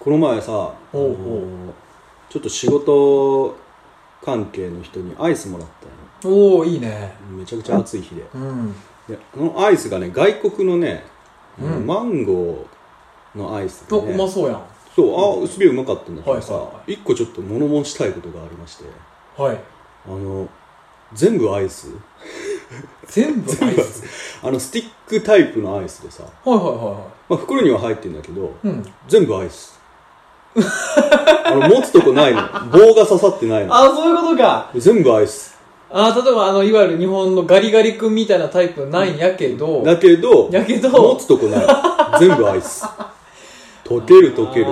この前さおうあのちょっと仕事関係の人にアイスもらったよおおいいねめちゃくちゃ暑い日でうんであのアイスがね外国のね、うんマンゴーのアイスあで、うね、まそうやんそうあすげえうまかったんだけどさ、はいはいは一個ちょっと物申したいことがありましてはいあの全部アイス全部アイスあのスティックタイプのアイスでさ、はいはいはまあ、袋には入ってるんだけどいはいうん全部アイ スあの持つとこないの棒が刺さってないのあそういうことか全部アイスあ例えばあのいわゆる日本のガリガリ君みたいなタイプなんやけど、だけどやけど持つとこない 全部アイス溶ける溶けるあ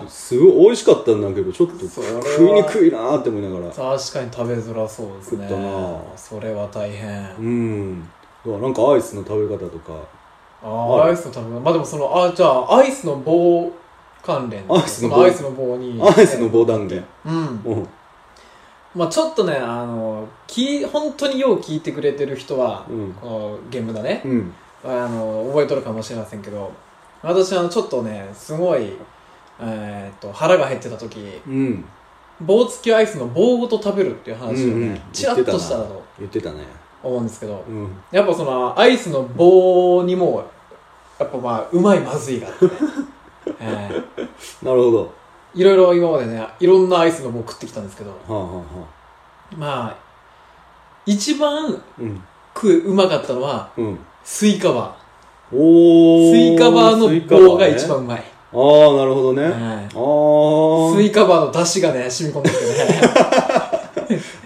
ーもうすごい美味しかったんだけどちょっとそれは食いにくいなーって思いながら確かに食べづらそうですね食ったなそれは大変うんだからなんかアイスの食べ方とかあーあアイスの食べ物まあでもそのあじゃあアイスの棒関連アイスの棒そアイスの棒にアイスの棒断言うんうんまあちょっとねあのき本当によう聞いてくれてる人は、うんこのゲームだね、うんあの覚えとるかもしれませんけど私あのちょっとねすごいえーっと腹が減ってた時うん棒付きアイスの棒ごと食べるっていう話をね、うんうんチラッとしたらと言ってたね思うんですけどうんやっぱそのアイスの棒にもやっぱまあうまいまずいがあって、 ねえーなるほどいろいろ今までねいろんなアイスの棒食ってきたんですけどはあはあはあまあ一番うん食ううまかったのはうんスイカバおーースイカバーのスイカバ棒がね一番うまい、ああなるほどねあはいスあイカバーの出汁がね染み込んでてね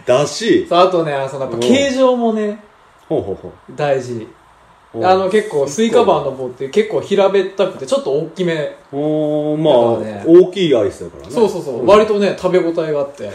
だしそうあとねそのやっぱ形状もねほうほうほ大事うあの結構スイカバーの棒って結構平べったくてちょっと大きめおーまあ、だからね大きいアイスだからねそうそうそう、ん割とね食べ応えがあって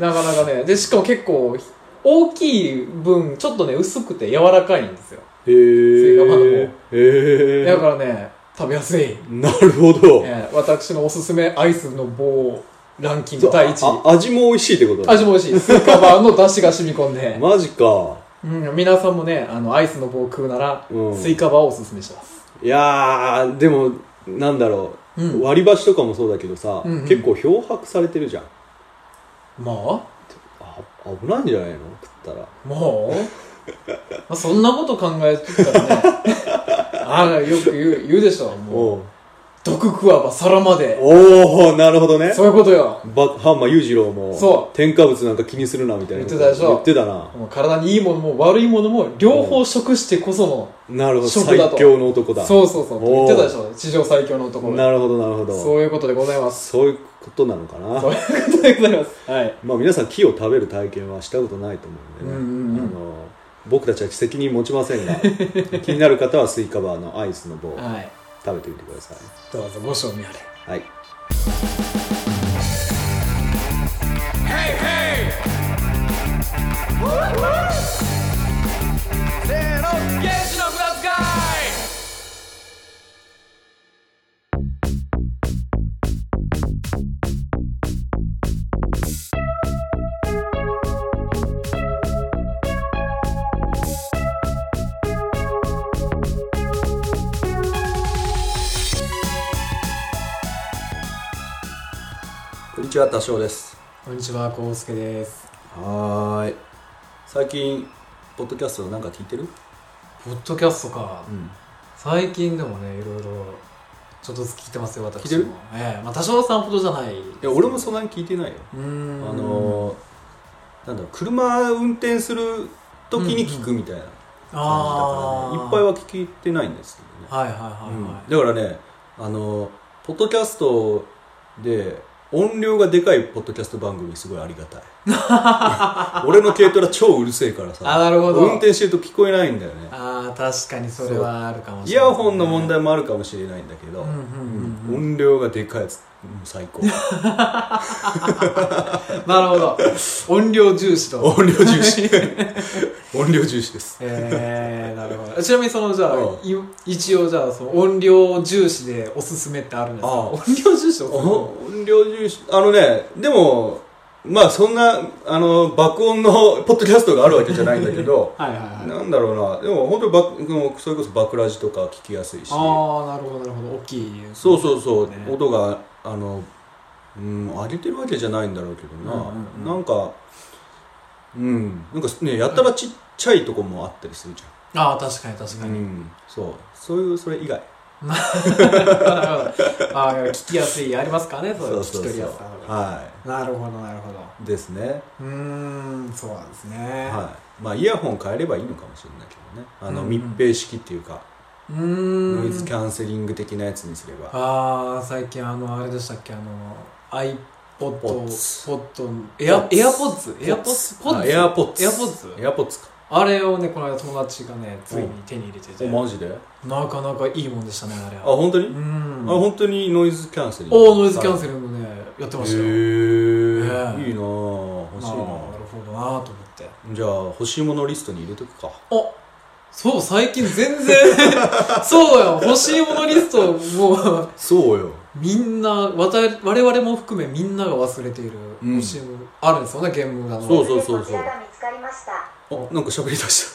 なかなかねでしかも結構大きい分ちょっとね薄くて柔らかいんですよへースイカバーのへえだからね食べやすい、なるほど、えー私のおすすめアイスの棒ランキンそグう第1位あ味も美味しいってことだ味も美味しいスーカバーの出汁が染み込んで、マジかうん、皆さんもねあのアイスの棒を食うなら、うんスイカバーをおすすめしますいやーでもなんだろう、うん割り箸とかもそうだけどさ、うんうん結構漂白されてるじゃんまああ危ないんじゃないの食ったらもうまあそんなこと考えてたらね あらよく言う言うでしょもうおう毒食わば皿までおーなるほどねそういうことよばハンマー裕次郎もそう添加物なんか気にするなみたいなこと言ってたでしょ言ってたなもう体にいいものも悪いものも両方食してこその、なるほど食最だと強の男だそうそうそうお言ーってたでしょ地上最強の男なるほどなるほどそういうことでございますそういうことなのかなそういうことでございますはいまあ皆さん木を食べる体験はしたことないと思うんでね、うんうんうんあの僕たちは責任持ちませ んが気になる方はスイカバーのアイスの棒をはい食べてみてくださいどうぞご賞味あれはいこんにちは多少ですこんにちはこうすけですはーい最近ポッドキャストなんか聞いてるポッドキャストかうん最近でもねいろいろちょっとずつ聞いてますよ私も聞いてるええまあ多少さんほどじゃないいいや俺もそんなに聞いてないようーんあのーなんだろう車運転する時に聞くみたいな感じだあからあねいっぱいは聞いてないんですけどねはいはいはだからねあのポッドキャストで音量がでかいポッドキャスト番組すごいありがたい 俺の軽トラ超うるせえからさあなるほど運転してると聞こえないんだよねいはい、ああ確かにそれはあるかもイしれなヤいホンの問題もあるかもしれないんだけど、うんうんうんうん音量がでかいやつうん最高なる ほど音量重視と音量重 視音量重視ですえー、なるほどちなみにそのじゃあうんい一応じゃあその音量重視でおすすめってあるんですかああ音量重視おすすめ音量重視あのねでもまあそんなあの爆音のポッドキャストがあるわけじゃないんだけどはいはいはいなんだろうなでも本当にバックもうそれこそバクラジとか聞きやすいしそああなるほどなるほど大きいニうそうそう、ね音があのうん上げてるわけじゃないんだろうけどな、うんうんうなんんかうんなんかねやたらちっちゃいとこもあったりするじああ確かに確ゃかん、に、うん、そうそういうそれ以外 ああ聞きやすいありますかねそういう聞き取りやすさとかはなるほどなるほどいですね、うーんそうなんですね、はい、まあイヤホン変えればいいのかもしれないけどねあの、うんうん密閉式っていうかうーんノイズキャンセリング的なやつにすればああ最近あのあれでしたっけあの iPod ポポッドエアエアポッツエアポッツポッツエアポッツエアポッツエアポッツかあれをねこの間友達がねついに手に入れてておマジでなかなかいいもんでしたねあれあは本当に、うあんお本当にノイズキャンセリングおーノイズキャンセルルもねやってまへしたよーねえいいなあ欲しいまなあなるほどなと思ってじゃあ欲しいものリストに入れとくかあそう最近全然 そうよ欲しいものリストもうそうよみんなわた我々も含めみんなが忘れているうん欲しいものあるんですよねゲームがのそうそうそうこそちうらが見つかりました。あなんか喋り出し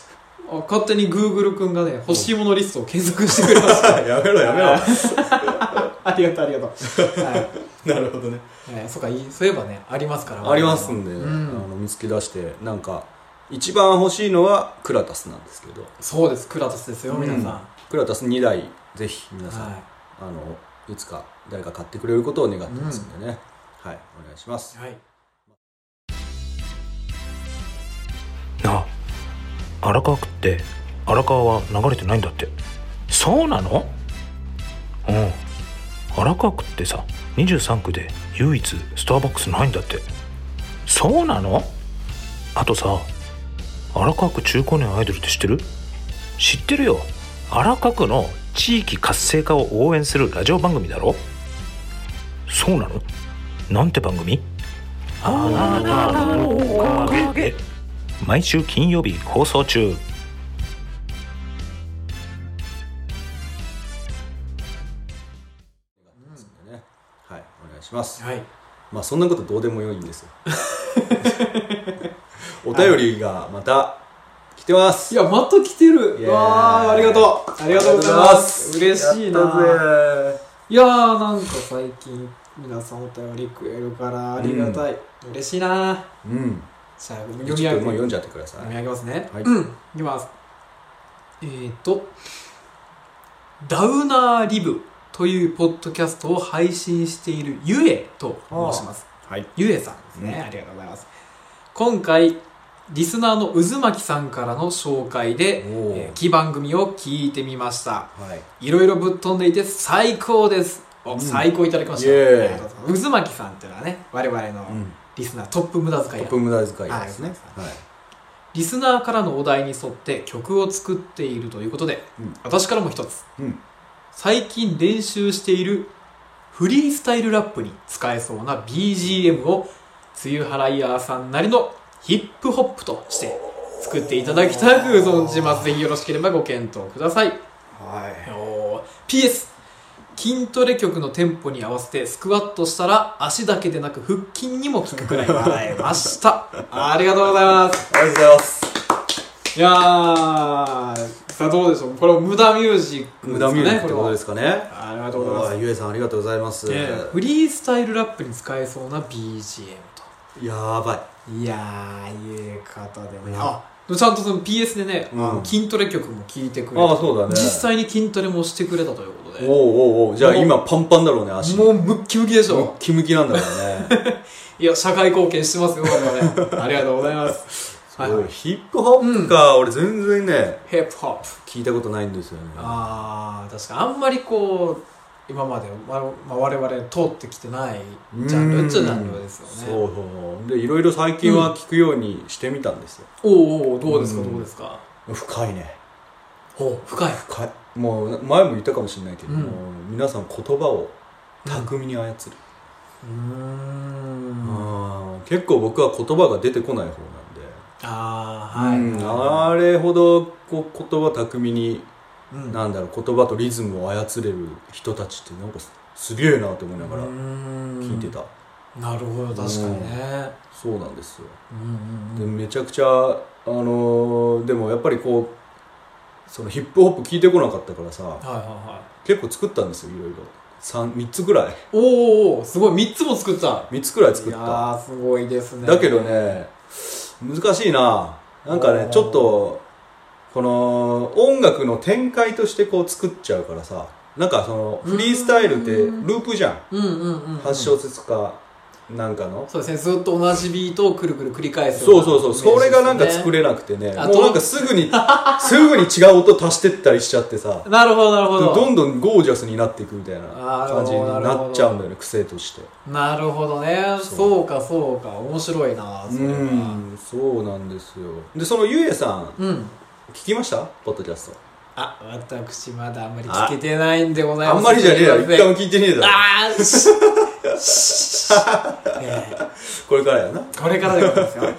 あ勝手に Google 君がね欲しいものリストを検索してくれましたた やめろやめろ ありがとうありがとう、はなるほどねいえーそうかいいそういえばねありますからありますんで、うんあの見つけ出してなんか一番欲しいのはクラタスなんですけどそうですクラトスですよ皆さうん、んクラタス2台ぜひ皆さん、はあのいつか誰か買ってくれることを願ってますんでね、はいお願いしますい、はい、なあ荒川区って荒川は流れてないんだってそうなのうん荒川区ってさ23区で唯一スターバックスないんだってそうなのあとさ荒川区中高年アイドルって知ってる知ってるよ荒川区の地域活性化を応援するラジオ番組だろそうなのなんて番組あなたのおかげ毎週金曜日放送中ですんでねはいお願いしますはい、まあそんなことどうでもよいんですよ お便りがまた来てますいやまた来てるイエーイわあありがとうありがとうございます嬉しやいったなぜいやーなんか最近皆さんお便りくれるからありがたい、嬉しいなうんじゃあちょっと読み上げもう読んじゃってくださ読みい上げますね。はいうん。いきます。えっ、ー、と、ダウナーリブというポッドキャストを配信しているゆえと申します。はいゆえさんですね、うんありがとうございます。今回、リスナーの渦巻さんからの紹介で、おーえー、木番組を聞いてみました。はいいろいろぶっ飛んでいて最高です。おうん最高いただきましイエーイた。ありがとうございます渦巻さんっていうのはね、我々うのんリスナートップ無駄遣いトやップ無駄遣いですねははいリスナーからのお題に沿って曲を作っているということで、うん私からも一つ、うん最近練習しているフリースタイルラップに使えそうな BGM を梅雨払いヤーさんなりのヒップホップとして作っていただきたく存じますぜひよろしければご検討くださいはいおー PS 筋トレ曲のテンポに合わせてスクワットしたら足だけでなく腹筋にも効くくらい笑えましたありがとうございますありがとうございますいやー、さあどうでしょう、これは無駄ミュージック無駄ミュージックってことですすかねねれはありがとうございまおすい。ゆえさんありがとうございますええフリースタイルラップに使えそうな BGM やばいと。いやー、いう方でもあちゃんとその PS でね、うんあの筋トレ曲も聴いてくれてああそうだね実際に筋トレもしてくれたということで、おうおうおうじゃあ今パンパンだろうね足もうムッキムキでしムょッ。キムキなんだからねいや、社会貢献してますよ、我々。ありがとうございます。 はいそうヒップホップか、俺全然ねヒップホップ。聞いたことないんですよねああ確かにあんまりこう今まで、ままあ、我々通ってきてないジャンルっちゃジャンルですよねそうそうでいろいろ最近は聞くようにしてみたんですよ、おうおうどうですかうんどうですか深いねおう深い深いもう前も言ったかもしれないけど、うんもう皆さん言葉を巧みに操る、うんあー結構僕は言葉が出てこない方なんで、ああはい、うんあれほどこう言葉巧みにうんなんだろう言葉とリズムを操れる人たちってなんかすすげえなと思いながら聞聞いてた、うなるほど確かにねそうなんですようんうんでうんめちゃくちゃあのーでもやっぱりこうそのヒップホップ聞いてこなかったからさはいはいはい結構作ったんですよいろいろ 3, 3つぐらいおーおーすごい3つも作った3つぐらい作っいやたーすごいですねだけどね難しいななんかねおーちょっとこの音楽の展開としてこう作っちゃうからさなんかそのフリースタイルってルうんープじゃんうんうんうん、うん、 8小節かなんかの、そうですねずっと同じビートをくるくる繰り返すそうそうそうそれがなんか作れれなくてねあもうなんかすぐ にすぐに違う音足してったりしちゃってさなるほどなるほどどんどんゴージャスになっていくみたいなあー感じになっちゃうんだよね癖としてなるほどねそそううかそうか面白いなうそれはんそうなんですよでそのゆえさんうん聞きましたポッドキャストあ私まだあんまり聞けてないんでございあますんまりじゃねえよ一回も聞聞いてねえだろあーししえこれからやなえこれからでございますよはい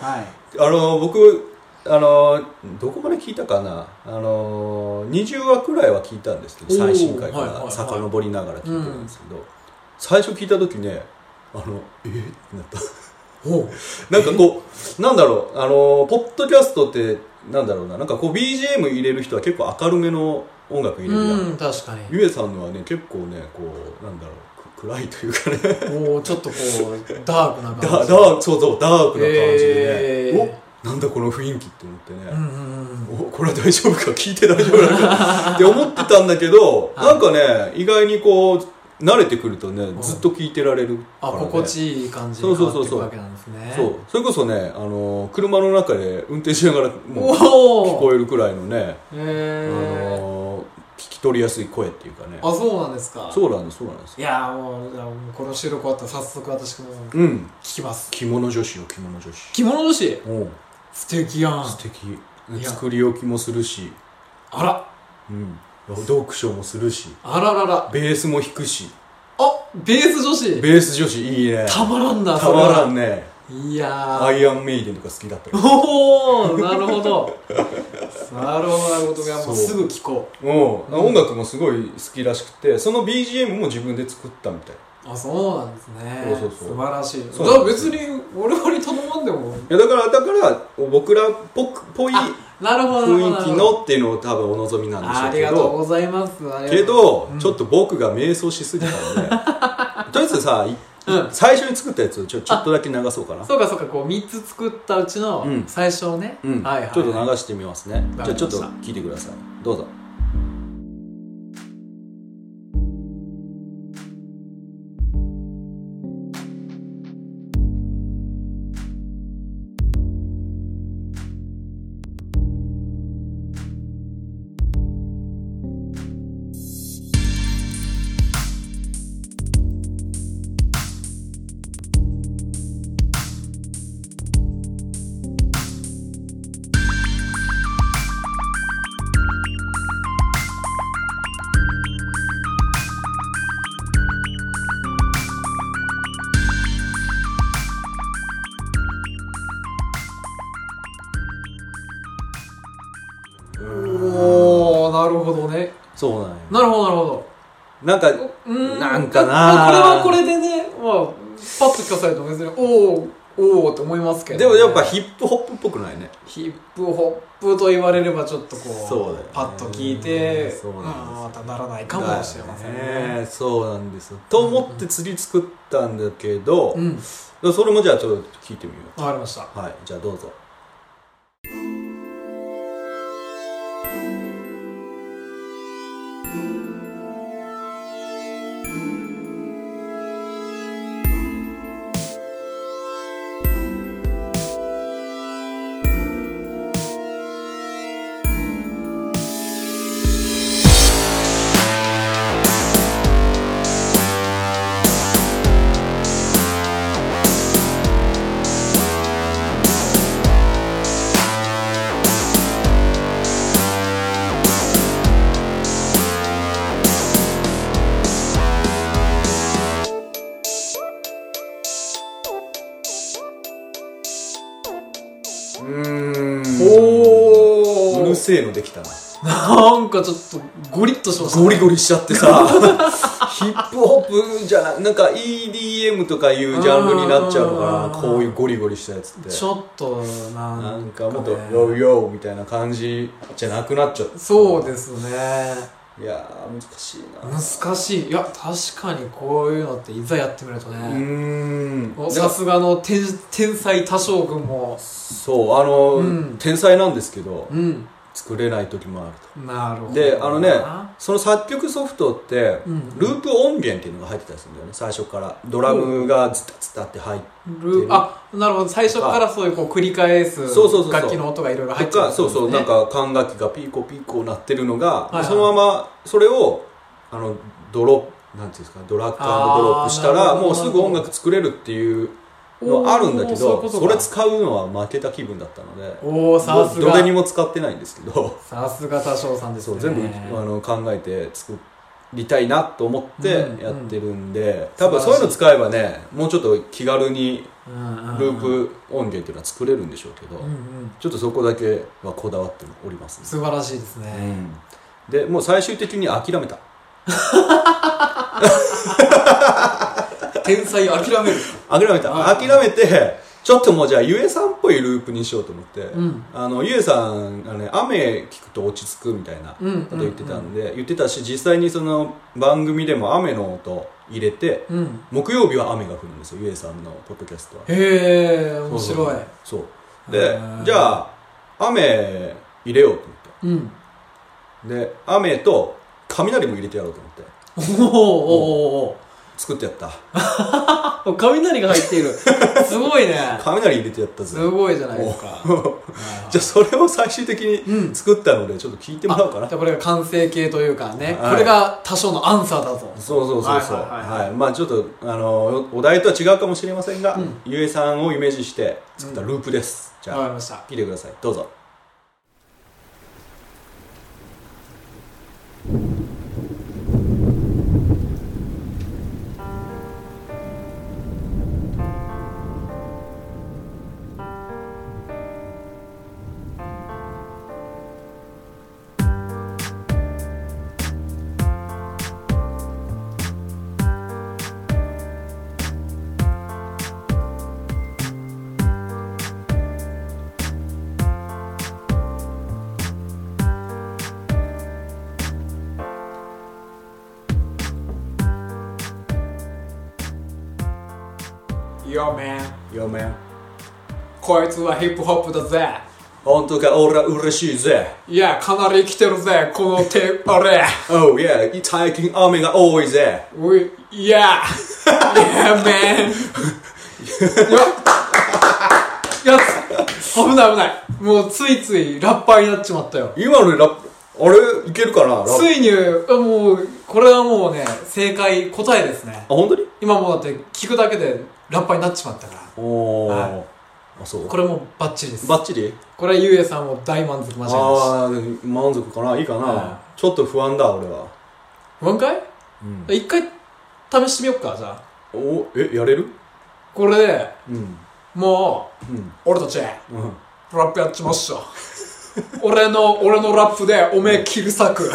あの僕あのどこまで聞いたかなあの20話くらいは聞いたんですけどおー最新回かはいはいはらい遡りながら聞いてるんですけど、最初聞いた時ねあのえーってなった おうなんかこうなんだろうあのポッドキャストってなんだろうななんかこう BGM 入れる人は結構明るめの音楽入れるやん、うん確かにゆえさんのはね結構ねこうなんだろうく暗いというかねおうちょっとこうダークな感 じダダークそうそうダークな感じでへねー、おなんだこの雰囲気って思ってね、うんうんうんおこれは大丈夫か聞いて大丈夫なのかって思ってたんだけど、はいなんかね意外にこう慣れてくるとねんずっと聞いてられるからあ、ね、心地いい感じそうに変そうそわっうてそうくわけなんですね。そうそれこそねあの車の中で運転しながらもう聞おおこえるくらいのね、あへえの聞き取りやすい声っていうかねあ、そうなんですか。そうなんですそうなんですいやーもう、じゃあもうこの収録終わったら早速私も聞うんきます。着物女子よ着物女子着物女子おう素敵やん。素敵いや作り置きもするし、あら、うん、読書もするしあららら。ベースも弾くしあ、ベース女子ベース女子いいねたまらんな、たまらんね。ねいやアー。イアンメイデンとか好きだ ったよおおなるほ ど。なるほど、なるほど。いや、もうそうすぐ聞こ。もう音楽もすごい好きらしくてその BGM も自分で作ったみたいうあ、そうなんですね。そうそうそう素晴らしい。じそうゃあ別に我々に頼まんでも。いやだからだから僕らっぽくぽいなるほど、なるほど。雰囲気のっていうのを多分お望みなんでしょあうりけがとうどございます。ありがとうけど、うんちょっと僕が迷走しすぎたの でとりあえずさ、いうん最初に作ったやつをちょちょっとだけ流そうかなそうかそうか、こう3つ作ったうちのうん最初をね、うん、はいはい、ちょっと流してみますねわじゃあかりまちょしったと聞いてくださいどうぞおー、なるほどね。そうなんよなるほど、なるほど。なんかうーなんかなまあこれはこれでね、まあ、パッと聞かされても別に、おー、おーって思いますけど、でもやっぱヒップホップっぽくないねヒップホップと言われればちょっとこう、そうだよねパッと聞いて、そうなんですあーまたならないかもしれませんね。ねそうなんですよと思って釣り作ったんだけど、うん、わそれもじゃあちょっと聞いてみようかりました。はいじゃあどうぞうーんおうるー、せえのできたななんかちょっとゴリッとしましたね、ゴリゴリしちゃってさ ヒップホップじゃないなんか EDM とかいうジャンルになっちゃうのかあなーこういうゴリゴリしたやつってちょっとなんか,、ね、なんかもっと「ヨーヨー」みたいな感じじゃなくなっちゃったそうですねいやー難しいな難しいいや確かにこういうのっていざやってみるとうーね、んおさすがの天天才多将軍もそうあの、うん天才なんですけどうん作れない時もあるとなるほどであのねなその作曲ソフトって、うんループ音源っていうのが入ってたりするんだよね最初からドラムがズタズタって入ってルあなるほど最初からそういうこう繰り返すそうそうそうそう楽器の音がいろいろ入っとてるかそうそうなんはか管楽器がピーコピーコ鳴ってるのが、いはいそのままそれをあのドロップなんていうんですかドラッグあードロップしたなるらほどもうすぐ音楽作れるっていうのはあるんだけどおーそういうことかれ使うのは負けた気分だったのでおおさすどどれにがも使ってないんですけど さすが多将さんですそねう全部、あの考えて作りたいなと思ってうんやってるんで、素晴らしい多分そういうの使えばねもうちょっと気軽にうんうんループ音源っていうのは作れるんでしょうけど、うんうんちょっとそこだけはこだわっておりますね素晴らしいですね、でもう最終的に諦めた天才諦める諦めたあ諦めてちょっともうじゃあゆえさんっぽいループにしようと思って、んあのゆえさんがね雨聞くと落ち着くみたいなうんこと言ってたんで、言ってたし実際にその番組でも雨の音入れて、うん木曜日は雨が降るんですよゆえさんのポッドキャストはへえ面白いそうへでーじゃあ雨入れようと思ってうんで雨と雷も入れてやろうと思っておーおーおーお作ってやったーお雷が入って いるすごいね雷入れてやったぜすごいじゃないですかじゃあそれを最終的うにん作ったの でちょっと聞いてもらおうかな、じゃあこれが完成形というかね、はいこれが多少のアンサーだぞそうそうそうそうはいはいはいはいまあちょっとあのお題とは違うかもしれませんが、うんゆえさんをイメージして作ったループです、じわかりゃあました聞いてくださいどうぞいやめん嫁こいつはヒップホップだぜ本当か俺は嬉しいぜいやかなり来てるぜこの手あれ Oh yeah 最近雨が多いぜおいいやいやめんよっよし危ない危ないもうついついラッパーになっちまったよ今のラップあれいけるかなラップついにあもうこれはもうね正解答えですねあ本当に今もうだって聞くだけでラッパーになっちまったからおお、はあそうこれもバッチリですバッチリこれはゆうえさんも大満足間違いなしああー満足かないいかな、はちょっと不安だ俺は不安かいうん一回試してみよっかじゃあおえやれるこれでうんもうんう俺たちうんラップやっちまっしょ 俺の俺のラップでおめえ切り裂く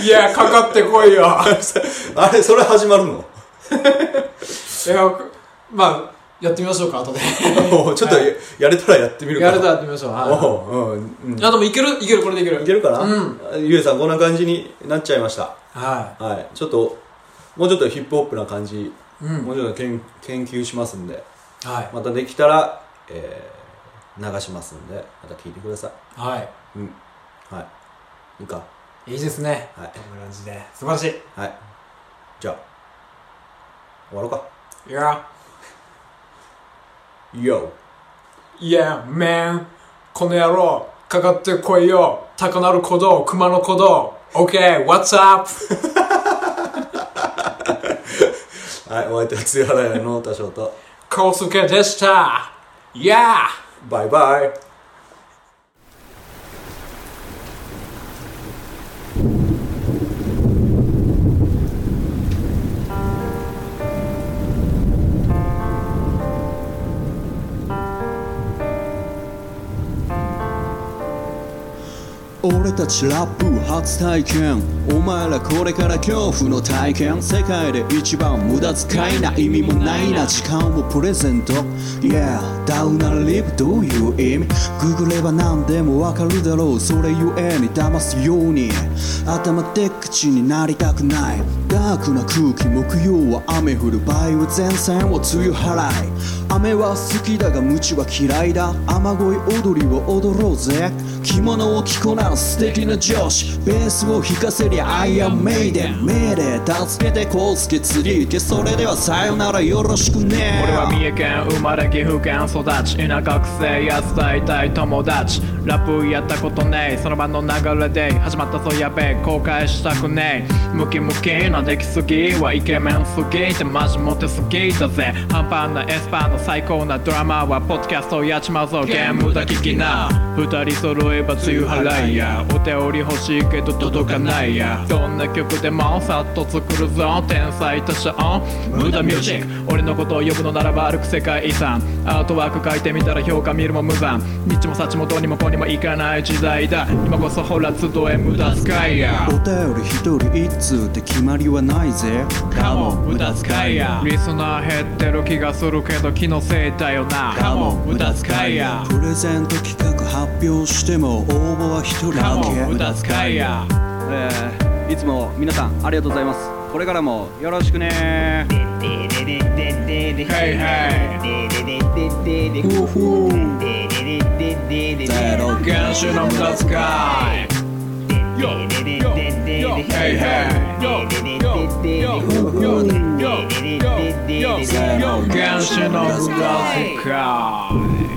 いやかかってこい よあれそれ始まる のいやまあやってみましょうか後でおうちょっとや,、れたらやってみるかやれたらやってみましょうはいおううんうんいやでもいけるいけるこれでいけるいけるかな、うゆえさんこんな感じになっちゃいましたははいちょっともうちょっとヒップホップな感じ、いうんもうちょっとけん研究しますんではいまたできたら、えー、流しますんでまた聞いてくださはいうんはいいいかいいいですねはいこんな感じで素晴らしいはいじゃあ終わろうかいや YO いや、メン、この野郎、かかってこいよ、高なる鼓動、熊の鼓動、OK、What's up? はいお相手は強原屋の多少とコウスケでした。いやバイバイ俺俺たちラップ初体験お前らこれから恐怖の体験世界で一番無駄遣いな意味もないな時間をプレゼント Yeah ダウナーリブどういう意味ググれば何でもわかるだろうそれゆえに騙すように頭でっ口になりたくないダークな空気木曜は雨降る梅雨前線を梅雨払い雨は好きだが無知は嫌いだ雨乞い踊りを踊ろうぜ着物を着こなす素敵な上司ベースを弾かせりゃアイアンメイデン命令助けてこうすけ釣り行けそれではさよならよろしくね俺は三重県生まれ岐阜県育ち田舎学生やつ大体友達ラップやったことねえその場の流れで始まったぞやべえ後悔したくねえムキムキな出来すぎはイケメンすぎてマジモテすぎだぜ半端なエスパーの最高なドラマーはポッドキャストやっちまうぞゲームだ聞きな二人揃えば梅雨払いやお手織り欲しいけど届かないやどんな曲でもさっと作るぞ天才多者無駄ミュージック俺のことを呼ぶのならば歩く世界遺産アートワーク書いてみたら評価見るも無残日も幸もどうにもこうにもいかない時代だ今こそほら集え無駄遣いやお便り一人一通って決まりはないぜカモン無駄遣いやリスナー減ってる気がするけど気のせいだよなカモン無駄遣いやプレゼント企画発表しても応募は一人カだモけン無駄遣いやえーいつも皆さんありがとうございますこれからもよろしくねヘイヘほうほうゼロイ原始の無駄遣い Yo, yo, yo, hey, hey. Yo, yo, yo, yo, yo, yo, yo, yo, yo. 原始の無駄遣い